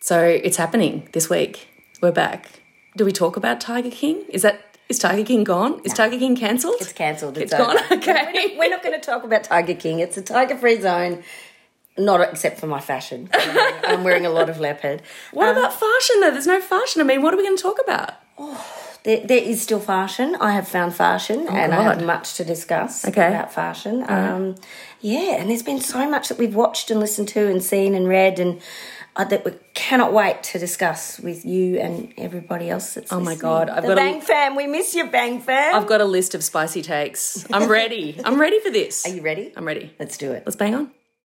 So it's happening this week. We're back. Do we talk about Tiger King? Is that is Tiger King gone? Is Tiger King cancelled? It's cancelled. It's, It's gone? over. Okay. We're not, we're not going to talk about Tiger King. It's a tiger free zone, not except for my fashion. I'm wearing a lot of leopard. Uh, What about fashion though? There's no fashion. I mean, what are we going to talk about? There, there is still fashion. I have found fashion, and I have Oh, God. much to discuss Okay. Uh-huh. about fashion. Um, yeah, and there's been so much that we've watched and listened to and seen and read, and uh, that we cannot wait to discuss with you and everybody else. That's Oh my listening. God, I've the got a- Bang Fam. We miss you, Bang Fam. I've got a list of spicy takes. I'm ready. I'm ready for this. Are you ready? I'm ready. Let's do it. Let's bang on.